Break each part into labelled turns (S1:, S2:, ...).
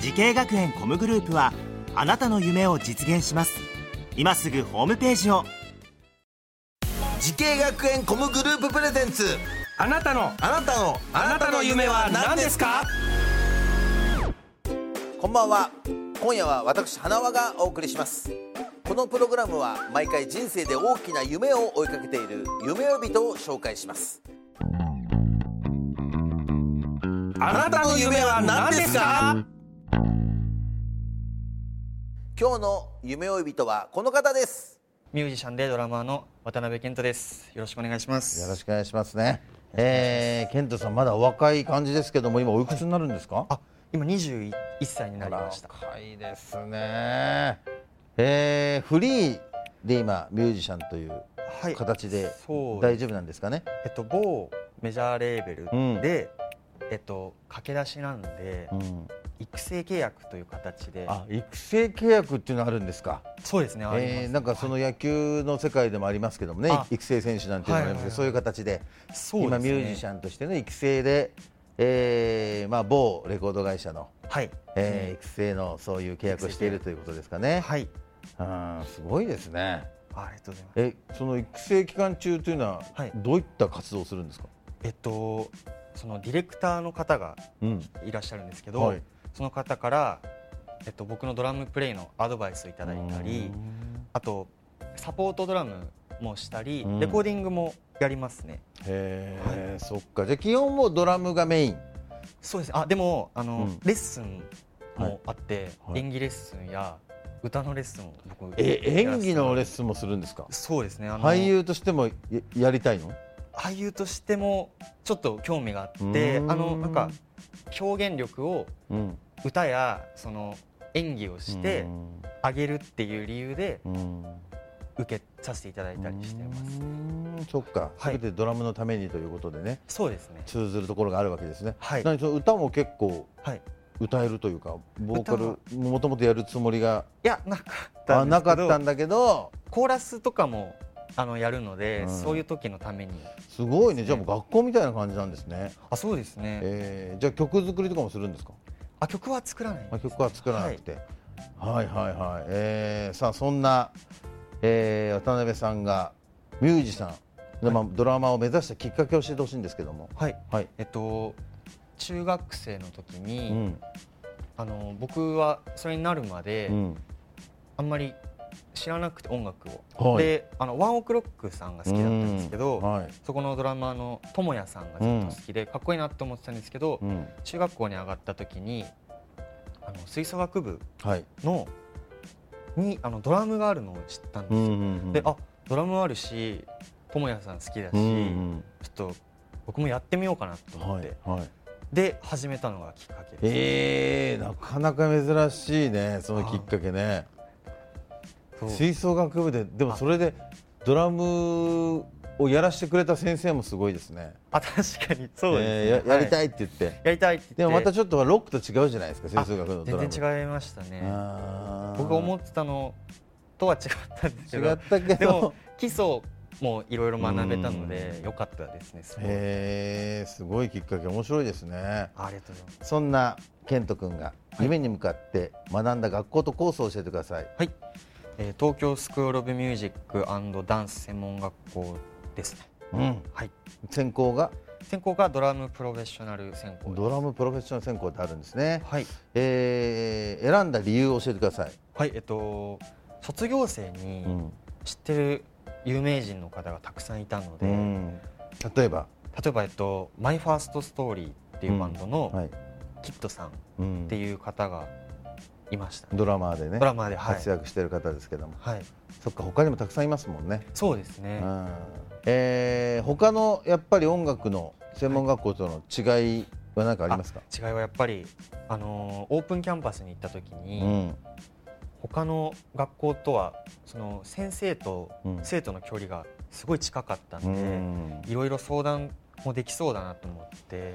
S1: 時系学園コムグループはあなたの夢を実現します今すぐホームページを
S2: 時系学園コムグループプレゼンツ
S3: あなたの
S2: あなたの
S3: あなたの夢は何ですか
S2: こんばんは今夜は私花輪がお送りしますこのプログラムは毎回人生で大きな夢を追いかけている夢呼人を紹介します
S3: あなたの夢は何ですか
S2: 今日の夢追い人はこの方です
S4: ミュージシャンでドラマーの渡辺健人です。よろしくお願いします。
S5: よろしくお願いしますね。えー、ケントさんまだお若い感じですけども今おいくつになるんですか？
S4: あ、今21歳になりました。
S5: 若いですね。えー、フリーで今ミュージシャンという
S4: はい
S5: 形で
S4: そう
S5: 大丈夫なんですかね？
S4: えっと某メジャーレーベル
S5: うん
S4: で、えっと駆け出しなんで、
S5: うん。
S4: 育成契約という形で、
S5: あ、育成契約っていうのあるんですか？
S4: そうですね。あります
S5: えー、なんかその野球の世界でもありますけどもね
S4: あ、
S5: 育成選手なんていうのもありますけど、そう
S4: はいはいはい
S5: いう形で。
S4: そう
S5: 今
S4: です
S5: ミ
S4: ね
S5: ュージシャンとしての育成で、えーまあ、某レコード会社の、
S4: はい、
S5: えー育成のそういう契約をしているということですかね、
S4: はい。
S5: うんすごいですね
S4: あありがとうございます。
S5: えその育成期間中というのは、
S4: はい
S5: どういった活動をするんですか、
S4: えっとそのディレクターの方が
S5: うん
S4: いらっしゃるんですけど、
S5: はい
S4: その方からえっと僕のドラムプレイのアドバイスをいただいたり。あとサポートドラムもしたり、
S5: うん
S4: レコーディングもやりますね。
S5: へえ、そっかじゃあ基本もうドラムがメイン
S4: そうですね。あでもあの、
S5: うん
S4: レッスンもあって、
S5: はいはい
S4: 演技レッスンや歌のレッスンを僕
S5: え演技のレッ
S4: ン
S5: スンもするんですか
S4: そうですね。あの
S5: 俳優としてもややりたいの
S4: 俳優としてもちょっと興味があって、あ
S5: うん
S4: のなんか表現力を
S5: うん
S4: 歌やその演技をしてあげるっていう理由で
S5: うん
S4: 受けさせていただいたりしてます。
S5: うんそっか、
S4: は
S5: す
S4: い
S5: べてドラムのためにということでね
S4: そうですね。
S5: 通ずるところがあるわけですね。
S4: はい
S5: 何その歌も結構
S4: はい。
S5: 歌えるというか、ボーカ
S4: 歌は
S5: ルもともとやるつもりが
S4: いやなかった
S5: あ
S4: んです
S5: な
S4: けど。
S5: かったんだけど、
S4: コーラスとかもあのやるので、
S5: うん
S4: そういう時のために
S5: すご
S4: そうで
S5: いね。
S4: すね
S5: じゃあもう学校みたいな感じなんですね。
S4: あそうですね、
S5: えー、じゃあ曲作りとかもするんですか。
S4: あ曲は作らない
S5: あ曲は作らなくて。はい、はいはいえー、さあそんな、えー、渡辺さんがミュージシャン、まあドラマを目指したきっかけを教えてほしいんですけども。
S4: はい
S5: はい。
S4: えっと中学生の時に、
S5: うん
S4: あの僕はそれになるまで、
S5: うん
S4: あんまり知らなくて音楽を、
S5: はい
S4: であのワンオクロックさんが好きだったんですけど、
S5: うんはい。
S4: そこのドラマーの智也さんがずっと好きで、かっこいいなと思ってたんですけど、
S5: うん
S4: 中学校に上がった時にあの吹奏楽部
S5: はい。
S4: のにあのドラムがあるのを知ったんです
S5: う
S4: よ、
S5: んうんうん
S4: であドラムあるし智也さん好きだし、
S5: うんうん
S4: ちょっと僕もやってみようかなと思っ
S5: は
S4: て、
S5: いはい。
S4: で始めたのがきっかけです、
S5: えー、なかなか珍しいねそのきっかけね
S4: そう
S5: 吹奏楽部ででもそれでドラムをやらせてくれた先生もすごいですね
S4: あ確かにそうですね、
S5: えーややり
S4: は
S5: た
S4: い
S5: いって言って、
S4: やりたいって言って
S5: でもまたちょっとはロックと違うじゃないですか吹奏楽のドラム
S4: 全然違いましたね
S5: あー
S4: 僕思ってたのとは違ったんですけど
S5: 違ったけ
S4: でも
S5: ど
S4: 基礎もいろいろ学べたので良かったですねすごい
S5: えー、すごいきっかけ面白いですね
S4: ありがとうございます
S5: そんな健人君が夢に向かって学んだ学校とコースを教えてください、
S4: はい、えー東京スクール・オブ・ミュージックダンス専門学校ですね
S5: うん、
S4: はい
S5: 専攻が
S4: 専攻がドラムプロフェッショナル専攻です
S5: ドラムプロフェッショナル専攻ってあるんですね、
S4: はい
S5: えー選んだ理由を教えてください。
S4: はいえっと卒業生に知ってる有名人の方がたくさんいたので、
S5: うん例えば、
S4: 例えばえっとマイファーストストーリーっていうバンド
S5: は
S4: の
S5: い
S4: キッドさんっ
S5: うん
S4: ていう方がいました、
S5: ドラマーでね
S4: ドラマーではい
S5: 活躍している方ですけども、
S4: はい
S5: そっか他にもたくさんいますもんね。
S4: そうですね、
S5: うんえー他のやっぱり音楽の専門学校との違いは何かありますか？
S4: 違いはやっぱりあのーオープンキャンパスに行った時
S5: う
S4: に、
S5: ん
S4: 他の学校とはその先生と
S5: うん
S4: 生徒の距離がすごい近かったん
S5: う
S4: で、
S5: ん
S4: いろいろ相談もできそうだなと思って、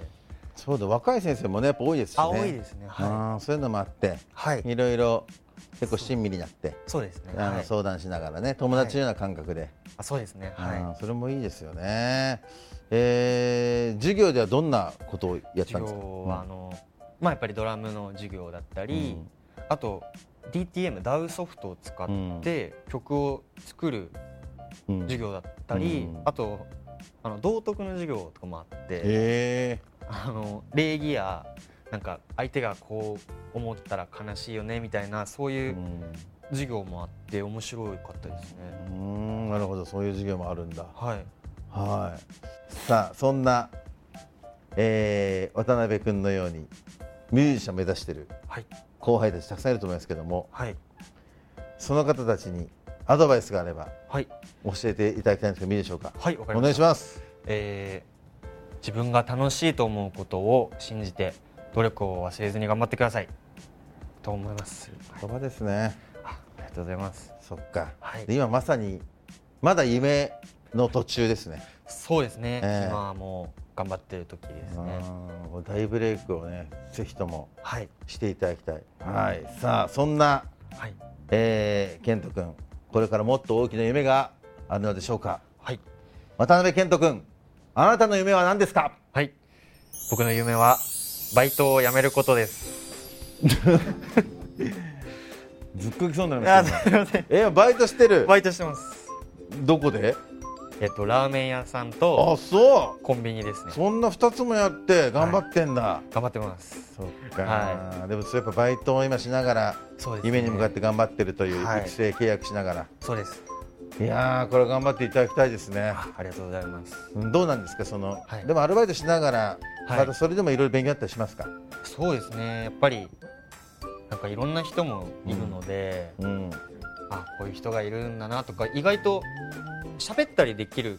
S5: そうだ若い先生もねやっぱ多いですしね
S4: あ多いですねは
S5: あーそういうのもあって
S4: い、はい、
S5: いろいろ結構親身になって
S4: そうですね
S5: あ
S4: は
S5: の
S4: い
S5: 相談しながらね友達のような感覚で、
S4: あそうですねはい
S5: あーそれもいいですよね、えー授業ではどんなことをやった
S4: 授
S5: んですか
S4: 業はあの、まあ、やっぱりドラムの授業だったり、
S5: うん
S4: あと DTM ダウソフトを使って曲を作る
S5: うん
S4: 授業だったり、
S5: うん
S4: あとあの道徳の授業とかもあって、
S5: え
S4: あの礼儀やなんか相手がこう思ったら悲しいよねみたいなそうい
S5: ー
S4: う授業もあって面白かったですね。
S5: うんうんなるほどそういう授業もあるんだ
S4: はい、
S5: はいさあそんな、えー渡辺君のようにミュージシャン目指してる
S4: はい、
S5: 後輩たちたくさんいると思いますけども
S4: はい、
S5: その方たちにアドバイスがあれば
S4: はい、
S5: 教えていただきたいんですけどいいでしょうか
S4: はい、わかり
S5: お
S4: ま
S5: 願
S4: し
S5: い
S4: た
S5: し。ます
S4: えー自分が楽しいと思うことを信じて努力を忘れずに頑張ってくださいと思います、はい
S5: 言葉ですね
S4: あありがとうございます
S5: そっか、
S4: はい
S5: で今まさにまだ夢の途中ですね
S4: そうですね、
S5: ええ
S4: 今はもう頑張ってる時ですね
S5: うんもう大ブレイクをねぜひとも
S4: はい
S5: していただきたいはいさあそんな、
S4: はい
S5: えー、健人君これからもっと大きな夢があるのでしょうか
S4: はい
S5: 渡辺健人君あなたの夢は何ですか
S4: はい僕の夢はバイトを辞めること です
S5: ずっこきそうになり
S4: あすいません
S5: えーバイトしてる
S4: バイトしてます
S5: どこで
S4: えっとラーメン屋さん
S5: あ
S4: と
S5: そう
S4: コンビニですね
S5: そんな2つもやって頑張ってんだ、
S4: 頑張ってます
S5: そっか、
S4: は
S5: でもそうやっぱバイトを今しながら
S4: そうですね
S5: 夢に向かって頑張ってるという
S4: はい
S5: 育成契約しながら、
S4: そうです
S5: い、やーこれ頑張っていただきたいですね
S4: ありがとうございます
S5: うんどうなんですかその、
S4: はい
S5: でもアルバイトしながら、
S4: はい
S5: またそれでもいろいろ勉強あったりしますか、
S4: そうですねやっぱりなんかいろんな人もいるので、
S5: うん、
S4: あこういう人がいるんだなとか意外と喋ったりできる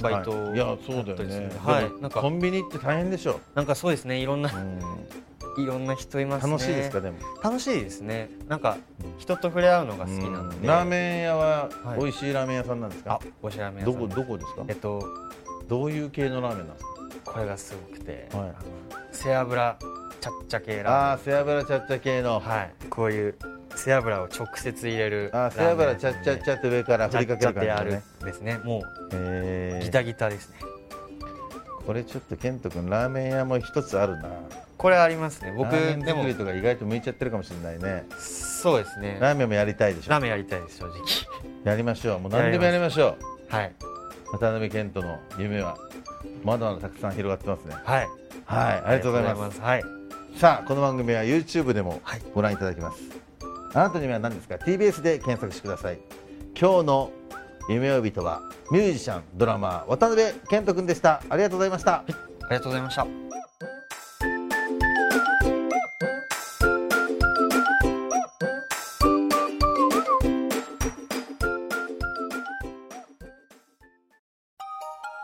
S4: バイト
S5: はい、いやそうだ
S4: った
S5: よ
S4: りするん
S5: ね
S4: で、はい
S5: でも
S4: なん
S5: コ
S4: か
S5: ンビニって大変でしょ、
S4: なんかそうですねいろんな
S5: う、ん、
S4: いろんな人いますね
S5: 楽しいですかでも、
S4: 楽しいですねなんか人と触れ合うのが好きなので、
S5: うんラーメン屋は
S4: はい
S5: 美味しいラーメン屋さんなんですか、
S4: あおしゃめ屋さ
S5: ど
S4: ん
S5: こどこですか
S4: えっと
S5: どういう系のラーメンなんですか
S4: これがすごくて、
S5: はい
S4: あの背脂ちゃっちゃ系
S5: あ
S4: ラ
S5: あー背脂ちゃっちゃ系の、
S4: ーメンはいこういう背脂を直接入れる
S5: あー背脂ちゃ
S4: ラーメ
S5: っ
S4: ン
S5: ちゃっちゃって上から振りかける感じだね
S4: ですね。も
S5: え
S4: う
S5: ー
S4: ギタギタですね。
S5: これちょっと健人君ラーメン屋も一つあるな
S4: これありますね。僕
S5: ラーメン
S4: でも
S5: 作りとか意外と向いちゃってるかもしれないね
S4: そうですね。
S5: ラーメンもやりたいでしょ
S4: ラーメンやりたいです正直。
S5: やりましょうもう何でもやりましょ
S4: はい
S5: う渡辺健人の夢はまだまだたくさん広がってますね
S4: はい
S5: はいありがとうございます
S4: す。はい
S5: さあこの番組は YouTube でも
S4: はい
S5: ご覧いただけます、あなたの夢は何ですか TBS で検索してください今日の夢呼びとはミュージシャンドラマー渡辺健人君でしたありがとうございました
S4: ありがとうございました。